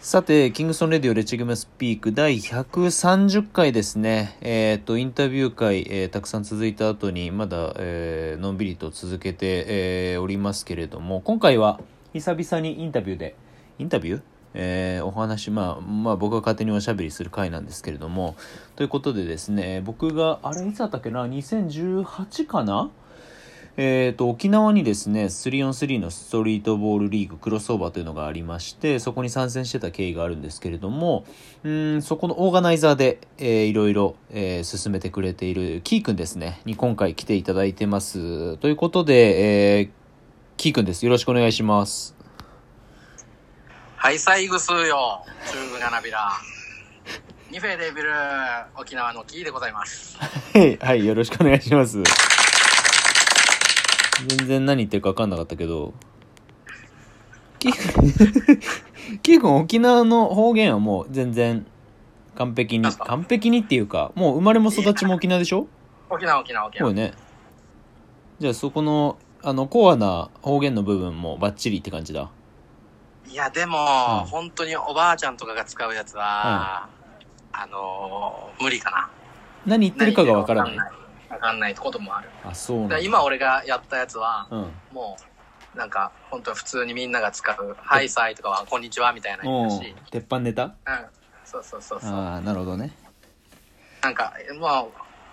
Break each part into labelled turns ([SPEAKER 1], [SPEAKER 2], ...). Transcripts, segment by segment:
[SPEAKER 1] さて、キングストンレディオレチグメスピーク第130回ですね。えっ、と、インタビュー会、えーたくさん続いた後に、まだ、えーのんびりと続けて、えーおりますけれども、今回は久々にインタビューで、インタビューえーお話、まあ、まあ、僕が勝手におしゃべりする回なんですけれども、ということでですね、僕が、あれ、いつだったっけな、2018かなえー、と沖縄にですね 3on3 のストリートボールリーグクロスオーバーというのがありましてそこに参戦してた経緯があるんですけれどもうーんそこのオーガナイザーで、えーいろいろ、えー進めてくれているキーくんですねに今回来ていただいてますということで、えー、キーくんですよろしくお願いします
[SPEAKER 2] はい、最後数よ。中部がなびら。ニフェデビル、沖縄のキーでございます。
[SPEAKER 1] はい、はい、よろしくお願いします全然何言ってるか分かんなかったけどキー君 キー君沖縄の方言はもう全然完璧に
[SPEAKER 2] なんすか
[SPEAKER 1] 完璧にっていうかもう生まれも育ちも沖縄でしょ
[SPEAKER 2] 沖縄、沖縄、沖
[SPEAKER 1] そう
[SPEAKER 2] 縄。
[SPEAKER 1] よねじゃあそこのあのコアな方言の部分もバッチリって感じだ
[SPEAKER 2] いや、でも、
[SPEAKER 1] うん
[SPEAKER 2] 本当におばあちゃんとかが使うやつは、あのー無理かな。
[SPEAKER 1] 何言ってるかが分からない
[SPEAKER 2] わわかんないこともある。
[SPEAKER 1] あそうなん
[SPEAKER 2] だか
[SPEAKER 1] だ
[SPEAKER 2] ら今俺がやったやつは、
[SPEAKER 1] うん
[SPEAKER 2] もう、なんか、本当に普通にみんなが使う、ハイサイとかは、こんにちはみたいな
[SPEAKER 1] お
[SPEAKER 2] やつ
[SPEAKER 1] う
[SPEAKER 2] だし、
[SPEAKER 1] 鉄板ネタ
[SPEAKER 2] うん。そうそうそうそう。
[SPEAKER 1] ああなるほどね
[SPEAKER 2] なんか、まあ、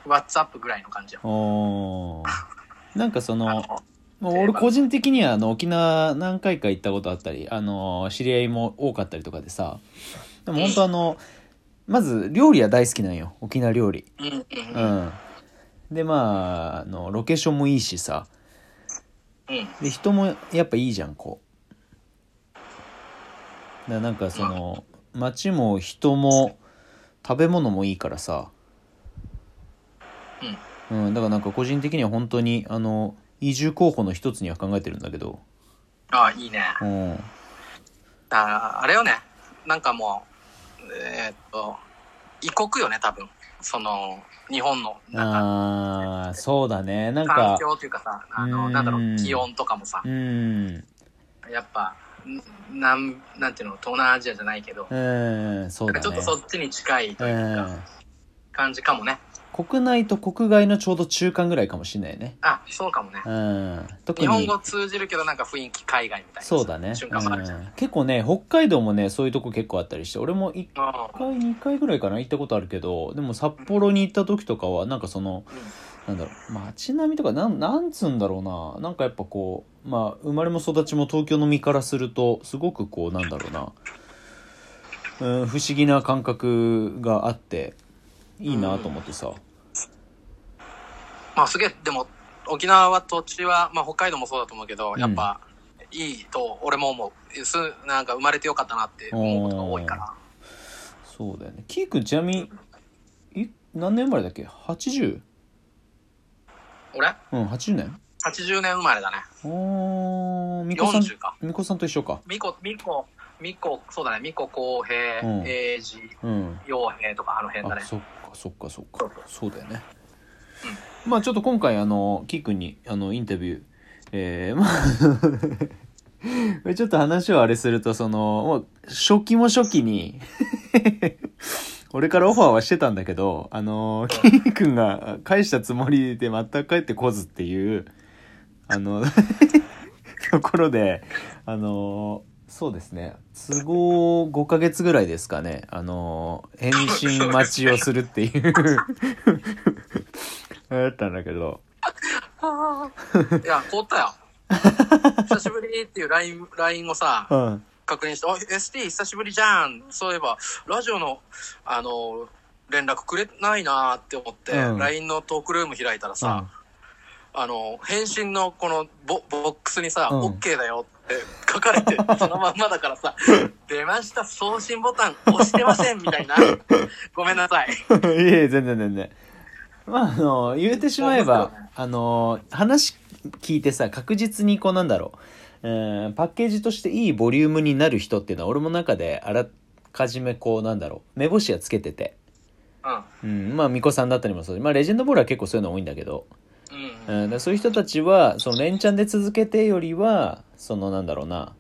[SPEAKER 2] ワッツアップぐらいの感じよ。
[SPEAKER 1] おーなんかそ
[SPEAKER 2] あ
[SPEAKER 1] の
[SPEAKER 2] の
[SPEAKER 1] もう俺個人的にはあの沖縄何回か行ったことあったり、あの知り合いも多かったりとかでさでも本当あのまず料理は大好きなんよ沖縄料理
[SPEAKER 2] うんうん
[SPEAKER 1] う
[SPEAKER 2] うん。
[SPEAKER 1] んでまああのロケーションもいいしさ
[SPEAKER 2] うん
[SPEAKER 1] で人もやっぱいいじゃんこうだからなんかその街も人も食べ物もいいからさうん、だからなんか個人的には本当にあの移住候補の一つには考えてるんだけど
[SPEAKER 2] ああ、いいね。
[SPEAKER 1] うん
[SPEAKER 2] ああれよね。なんかもう、えーっと、異国よね、多分。その、日本の、なんか、
[SPEAKER 1] ああそうだねなんか
[SPEAKER 2] 環境というかさ、あ
[SPEAKER 1] う
[SPEAKER 2] の、
[SPEAKER 1] ん
[SPEAKER 2] なんだろう、気温とかもさ
[SPEAKER 1] う、ん
[SPEAKER 2] やっぱ、んなん、なんていうの、東南アジアじゃないけど、
[SPEAKER 1] うんそうだね
[SPEAKER 2] ちょっとそっちに近いというか、感じかもね。
[SPEAKER 1] うん、国内と国外のちょうど中間ぐらいかもしれないね
[SPEAKER 2] あ、そうかもね
[SPEAKER 1] う。ん特に
[SPEAKER 2] 日本語通じるけど、なんか雰囲気海外みたいな。
[SPEAKER 1] そうだね、
[SPEAKER 2] 瞬間もあるじゃん。
[SPEAKER 1] うん、結構ね北海道もねそういうとこ結構あったりして俺も1
[SPEAKER 2] う
[SPEAKER 1] 回2回ぐらいかな行ったことあるけどでも札幌に行った時とかはなんかその
[SPEAKER 2] んうん
[SPEAKER 1] なんだろう街並みとかなんなんつうんだろうななんかやっぱこうまあ生まれも育ちも東京の身からするとすごくこうなんだろうな、うん、不思議な感覚があっていいなと思ってさ、
[SPEAKER 2] まあすげえ、でも、沖縄は土地は、まあ北海道もそうだと思うけど、
[SPEAKER 1] うん
[SPEAKER 2] やっぱ、いいと、俺も思う。す、なんか生まれてよかったなって思うことが多いから。
[SPEAKER 1] そうだよねキーくんちなみにい何年生まれだっけ 80?
[SPEAKER 2] 俺
[SPEAKER 1] うん80年
[SPEAKER 2] ?80 年生まれだね。
[SPEAKER 1] おーみこさん
[SPEAKER 2] 40か。
[SPEAKER 1] みこさんと一緒か
[SPEAKER 2] みこ、みこ、みこ、そうだね、みこ、こうへ
[SPEAKER 1] うん
[SPEAKER 2] い、えいじ、
[SPEAKER 1] うん
[SPEAKER 2] ようへいとか、あの辺だ
[SPEAKER 1] あ
[SPEAKER 2] ね。
[SPEAKER 1] そっかそっかそっかそうだよね、まあちょっと今回あのキー君にあのインタビューえー、 まあこれちょっと話をあれするとそのもう初期も初期に俺からオファーはしてたんだけどあのキー君が返したつもりで全く返ってこずっていうあ のところであのそうですね都合5ヶ月ぐらいですかねあの返信待ちをするっていう あれだったんだけど
[SPEAKER 2] いや、凍ったよ。久しぶりっていう LINE、ラインをさ、
[SPEAKER 1] うん
[SPEAKER 2] 確認して、あ、ST 久しぶりじゃん。そういえば、ラジオの、あの、連絡くれないなーって思って、
[SPEAKER 1] うん
[SPEAKER 2] LINE のトークルーム開いたらさ、あの、返信のこのボボックスにさ、
[SPEAKER 1] うん
[SPEAKER 2] OK だよって書 かれて、そのまんまだからさ、出ました、送信ボタン押してません、みたいな。ごめんなさい。
[SPEAKER 1] うん いえいえ全然全然まああの言うてしまえば
[SPEAKER 2] そうですよ
[SPEAKER 1] あの話聞いてさ確実にこうなんだろううんパッケージとしていいボリュームになる人っていうのは俺も中であらかじめこうなんだろう目星がつけてて
[SPEAKER 2] うん。
[SPEAKER 1] うん、まあ、巫女さんだったりもそうまあ、レジェンドボールは結構そういうの多いんだけど、う
[SPEAKER 2] うん
[SPEAKER 1] ん、だからそういう人たちは、その連チャンで続けてよりは、そのなんだろうな、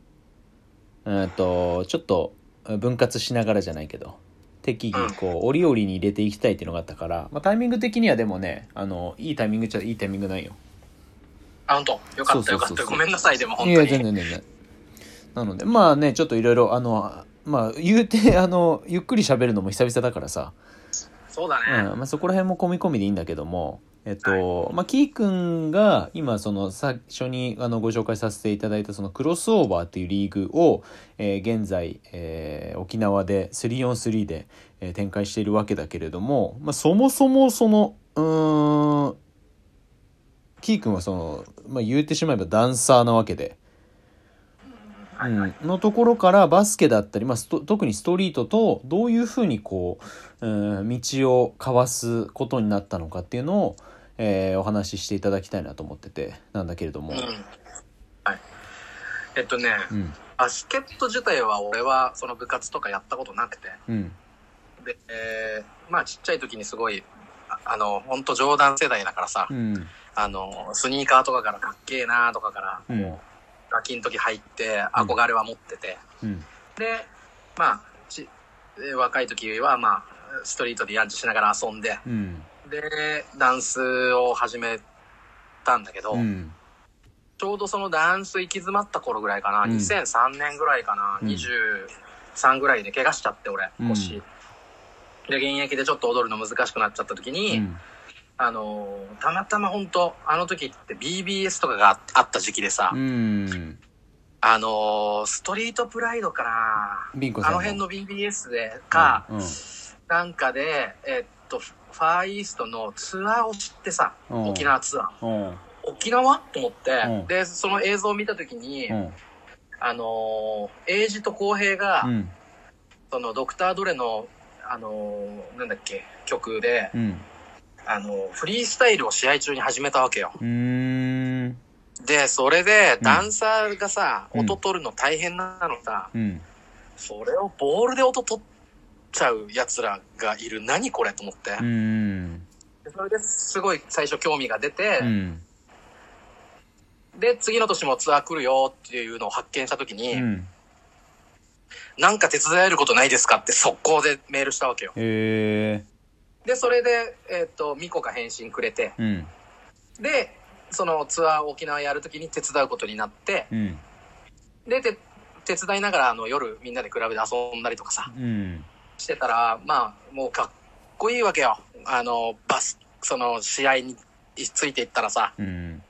[SPEAKER 1] うんと、ちょっと、分割しながらじゃないけど適宜こう折々に入れていきたいっていうのがあったから、まあ、タイミング的にはでもねあのいいタイミングっちゃいいタイミングないよ
[SPEAKER 2] あ、本当よかった
[SPEAKER 1] そう
[SPEAKER 2] よ
[SPEAKER 1] そう
[SPEAKER 2] か
[SPEAKER 1] そう
[SPEAKER 2] っ
[SPEAKER 1] そ
[SPEAKER 2] た。
[SPEAKER 1] う
[SPEAKER 2] ごめんなさい、でも本
[SPEAKER 1] い
[SPEAKER 2] 当
[SPEAKER 1] や全
[SPEAKER 2] に。
[SPEAKER 1] 然全然なのでまあねちょっといろいろあのまあ言うてあのゆっくり喋るのも久々だからさ、
[SPEAKER 2] そうだ
[SPEAKER 1] うん
[SPEAKER 2] ね。
[SPEAKER 1] まあ、そこら辺も込み込みでいいんだけどもえっと、まあキーくんが今その最初にあのご紹介させていただいたそのクロスオーバーというリーグを、えー現在、えー沖縄で 3on3 で、えー展開しているわけだけれども、まあ、そもそもそのうーんキーくんはその、まあ、言ってしまえばダンサーなわけで。
[SPEAKER 2] はいはい。
[SPEAKER 1] のところからバスケだったり、まあ、スト特にストリートとどういうふうにこう、うん道を交わすことになったのかっていうのを、えーお話ししていただきたいなと思っててなんだけれども
[SPEAKER 2] う。ん。はい。えっとね、
[SPEAKER 1] うん
[SPEAKER 2] バスケット自体は俺はその部活とかやったことなくて。
[SPEAKER 1] うん
[SPEAKER 2] で、えーまあちっちゃい時にすごい、ああの、ほんと冗談世代だからさ、
[SPEAKER 1] うん
[SPEAKER 2] あの、スニーカーとかからかっけえなーとかから、
[SPEAKER 1] うん
[SPEAKER 2] ガキの時入って憧れは持ってて、
[SPEAKER 1] うん
[SPEAKER 2] で、まあち、えー若い時はまあ、ストリートでヤンチしながら遊んで、
[SPEAKER 1] うん
[SPEAKER 2] で、ダンスを始めたんだけど、
[SPEAKER 1] うん
[SPEAKER 2] ちょうどそのダンス行き詰まった頃ぐらいかな、
[SPEAKER 1] うん
[SPEAKER 2] 2003年ぐらいかな、
[SPEAKER 1] うん
[SPEAKER 2] 23ぐらいで怪我しちゃって俺、
[SPEAKER 1] うん
[SPEAKER 2] 腰。で、現役でちょっと踊るの難しくなっちゃった時に、
[SPEAKER 1] うん
[SPEAKER 2] あのーたまたま本当あの時って BBS とかがああった時期でさ、
[SPEAKER 1] うん
[SPEAKER 2] あのーストリートプライドかな、
[SPEAKER 1] ビンコさ
[SPEAKER 2] あ
[SPEAKER 1] ん
[SPEAKER 2] の辺の BBS でか、
[SPEAKER 1] うんうん
[SPEAKER 2] なんかで、えっと、ファーイーストのツアーを知ってさ、
[SPEAKER 1] うん
[SPEAKER 2] 沖縄ツアー。
[SPEAKER 1] うん
[SPEAKER 2] 沖縄と思って、
[SPEAKER 1] うん
[SPEAKER 2] で、その映像を見た時に、
[SPEAKER 1] うん
[SPEAKER 2] あのー、エイジと浩平が、
[SPEAKER 1] うん
[SPEAKER 2] そのドクター・ドレの、あのーなんだっけ、曲で、
[SPEAKER 1] うん
[SPEAKER 2] あのーフリースタイルを試合中に始めたわけよ。
[SPEAKER 1] うーん
[SPEAKER 2] で、それで、ダンサーがさ、
[SPEAKER 1] うん
[SPEAKER 2] 音取るの大変なのさ、
[SPEAKER 1] うん
[SPEAKER 2] それをボールで音取っちゃう奴らがいる。何これと思って。
[SPEAKER 1] うん
[SPEAKER 2] でそれですごい最初興味が出て、
[SPEAKER 1] うん
[SPEAKER 2] で、次の年もツアー来るよっていうのを発見した時に、
[SPEAKER 1] うん
[SPEAKER 2] なんか手伝えることないですかって速攻でメールしたわけよ。
[SPEAKER 1] え
[SPEAKER 2] で、それで、えっ、と、ミコが返信くれて、
[SPEAKER 1] ーうん
[SPEAKER 2] で、そのツアーを沖縄やるときに手伝うことになって、
[SPEAKER 1] うん
[SPEAKER 2] で、て手伝いながらあの夜みんなでクラブで遊んだりとかさ、
[SPEAKER 1] うん
[SPEAKER 2] してたら、まあ、もうかっこいいわけよ。あの、バス、その試合についていったらさ、
[SPEAKER 1] うん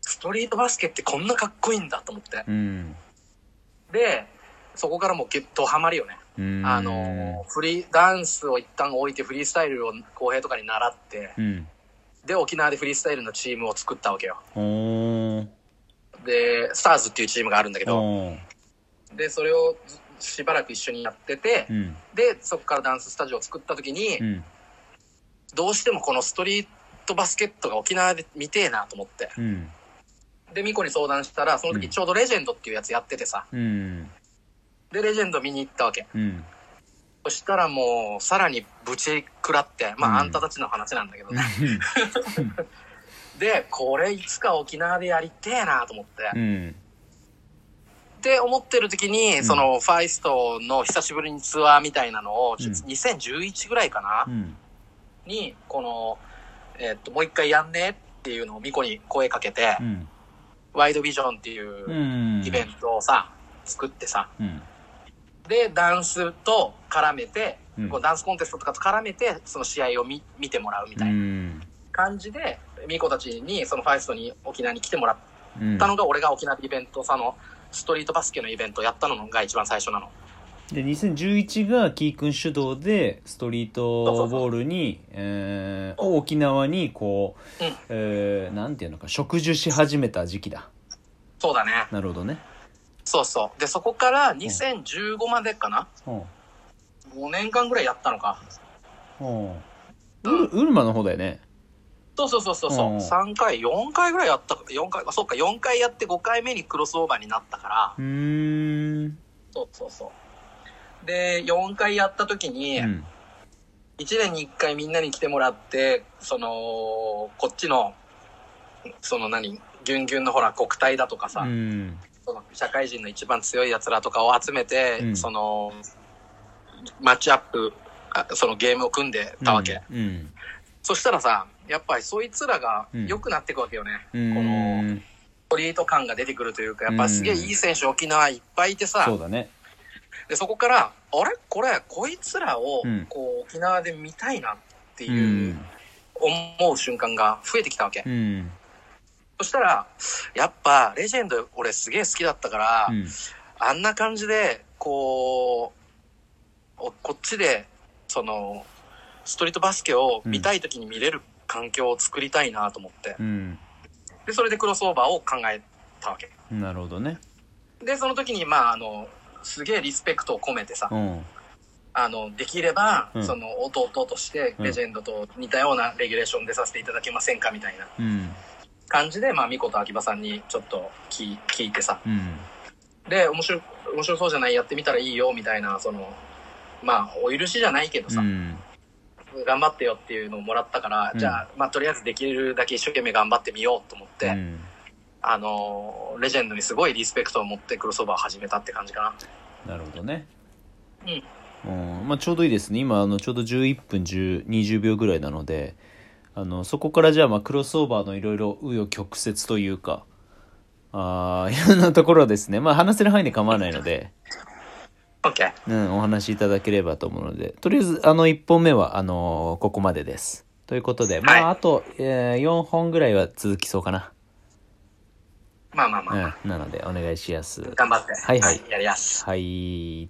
[SPEAKER 2] ストリートバスケってこんなかっこいいんだと思って。
[SPEAKER 1] うん
[SPEAKER 2] で、そこからもうゲットハマりよね。
[SPEAKER 1] うん
[SPEAKER 2] あの、フリー、ダンスを一旦置いてフリースタイルを公平とかに習って、
[SPEAKER 1] うん
[SPEAKER 2] で、沖縄でフリースタイルのチームを作ったわけよ。
[SPEAKER 1] おー
[SPEAKER 2] で、スターズっていうチームがあるんだけど、
[SPEAKER 1] おー
[SPEAKER 2] で、それをしばらく一緒にやってて、
[SPEAKER 1] うん
[SPEAKER 2] で、そこからダンススタジオを作った時に、
[SPEAKER 1] うん
[SPEAKER 2] どうしてもこのストリートバスケットが沖縄で見てえなと思って。
[SPEAKER 1] うん
[SPEAKER 2] で、ミコに相談したら、その時ちょうどレジェンドっていうやつやっててさ、
[SPEAKER 1] うん
[SPEAKER 2] で、レジェンド見に行ったわけ。
[SPEAKER 1] うん
[SPEAKER 2] そしたらもう、さらにぶち食らって、まあ、
[SPEAKER 1] うん
[SPEAKER 2] あんたたちの話なんだけどね。で、これいつか沖縄でやりてえなと思って。
[SPEAKER 1] うん
[SPEAKER 2] って思ってる時に、
[SPEAKER 1] ん
[SPEAKER 2] そのファイストの久しぶりにツアーみたいなのを、
[SPEAKER 1] うん
[SPEAKER 2] 2011ぐらいかな、
[SPEAKER 1] うん
[SPEAKER 2] に、この、えっと、もう一回やんねっていうのをミコに声かけて、
[SPEAKER 1] うん
[SPEAKER 2] ワイドビジョンって
[SPEAKER 1] う
[SPEAKER 2] いうんイベントをさ、作ってさ、
[SPEAKER 1] うん
[SPEAKER 2] で、ダンスと絡めて、
[SPEAKER 1] うん
[SPEAKER 2] こうダンスコンテストとかと絡めて、その試合を見見てもらうみ
[SPEAKER 1] う
[SPEAKER 2] たいなん感じで、ミコたちに、そのファイストに沖縄に来てもらっ
[SPEAKER 1] うん
[SPEAKER 2] たのが、俺が沖縄でイベント、その、ストリートバスケのイベントをやったのが一番最初なの。
[SPEAKER 1] で2011がキー君主導でストリートボールにえーを沖縄にこう
[SPEAKER 2] うん
[SPEAKER 1] えーなんていうのか植樹し始めた時期だ
[SPEAKER 2] そうだね。
[SPEAKER 1] なるほどね
[SPEAKER 2] そうそう。で、そこから2015までかな、
[SPEAKER 1] おう
[SPEAKER 2] ?5 年間ぐらいやったのか。
[SPEAKER 1] おうウルウルマの方だよね
[SPEAKER 2] そうそうそうそうそう
[SPEAKER 1] う、んうん
[SPEAKER 2] 3回、4回ぐらいやった、4回、あそうか、4回やって5回目にクロスオーバーになったから、
[SPEAKER 1] うーん
[SPEAKER 2] そうそうそう。で、4回やった時に、
[SPEAKER 1] うん
[SPEAKER 2] 1年に1回みんなに来てもらって、その、こっちの、その何、ギュンギュンのほら、国体だとかさ、
[SPEAKER 1] うん
[SPEAKER 2] その社会人の一番強い奴らとかを集めて、
[SPEAKER 1] うん
[SPEAKER 2] その、マッチアップ、あそのゲームを組んでたわけ。
[SPEAKER 1] うん。
[SPEAKER 2] そしたらさ、やっぱりそいつらが良くなっていくわけよね。
[SPEAKER 1] うん。
[SPEAKER 2] この
[SPEAKER 1] うん
[SPEAKER 2] ストリート感が出てくるというか、やっぱすげえいい選手沖縄いっぱいいてさ、
[SPEAKER 1] そうだね。
[SPEAKER 2] でそこから、あれこれ、こいつらを
[SPEAKER 1] うん
[SPEAKER 2] こう沖縄で見たいなって
[SPEAKER 1] う。
[SPEAKER 2] いうん思う瞬間が増えてきたわけ。
[SPEAKER 1] うん。
[SPEAKER 2] そしたら、やっぱレジェンド俺すげえ好きだったから、
[SPEAKER 1] うん
[SPEAKER 2] あんな感じで、こう、おこっちで、その、ストリートバスケを見たい時に見れる環境を作りたいなと思って。
[SPEAKER 1] うん。
[SPEAKER 2] で、それでクロスオーバーを考えたわけ。
[SPEAKER 1] なるほどね。
[SPEAKER 2] で、その時に、まあ、あの、すげえリスペクトを込めてさ
[SPEAKER 1] う、ん。
[SPEAKER 2] あの、できれば、
[SPEAKER 1] うん
[SPEAKER 2] その、弟として、
[SPEAKER 1] うん
[SPEAKER 2] レジェンドと似たようなレギュレーションでさせていただけませんかみたいな
[SPEAKER 1] うん。
[SPEAKER 2] 感じで、まあ、ミコと秋葉さんにちょっと聞い聞いてさ、
[SPEAKER 1] うん。
[SPEAKER 2] で、面白い、面白そうじゃない、やってみたらいいよ、みたいな、その、まあ、お許しじゃないけど
[SPEAKER 1] う
[SPEAKER 2] さ、
[SPEAKER 1] ん。
[SPEAKER 2] 頑張ってよっていうのをもらったから、
[SPEAKER 1] うん
[SPEAKER 2] じゃあ、まあ、とりあえずできるだけ一生懸命頑張ってみようと思って、
[SPEAKER 1] うん
[SPEAKER 2] あのー、レジェンドにすごいリスペクトを持ってクロスオーバーを始めたって感じかな。
[SPEAKER 1] なるほどね。うん。まあ、ちょうどいいですね。今、あの、ちょうど11分10 20秒ぐらいなので、あの、そこからじゃあ、まあ、クロスオーバーのいろいろ紆余曲折というか、ああ、いろんなところですね。まあ、話せる範囲で構わないので、
[SPEAKER 2] オッケー。
[SPEAKER 1] うん、お話しいただければと思うので、とりあえず、あの、1本目は、あのここまでです。ということで、まあ、
[SPEAKER 2] はい
[SPEAKER 1] あと、えー4本ぐらいは続きそうかな。
[SPEAKER 2] まあまあまあ、
[SPEAKER 1] うん、なので、お願いしやす。
[SPEAKER 2] 頑張って、
[SPEAKER 1] はいはい
[SPEAKER 2] やりやす。
[SPEAKER 1] はい。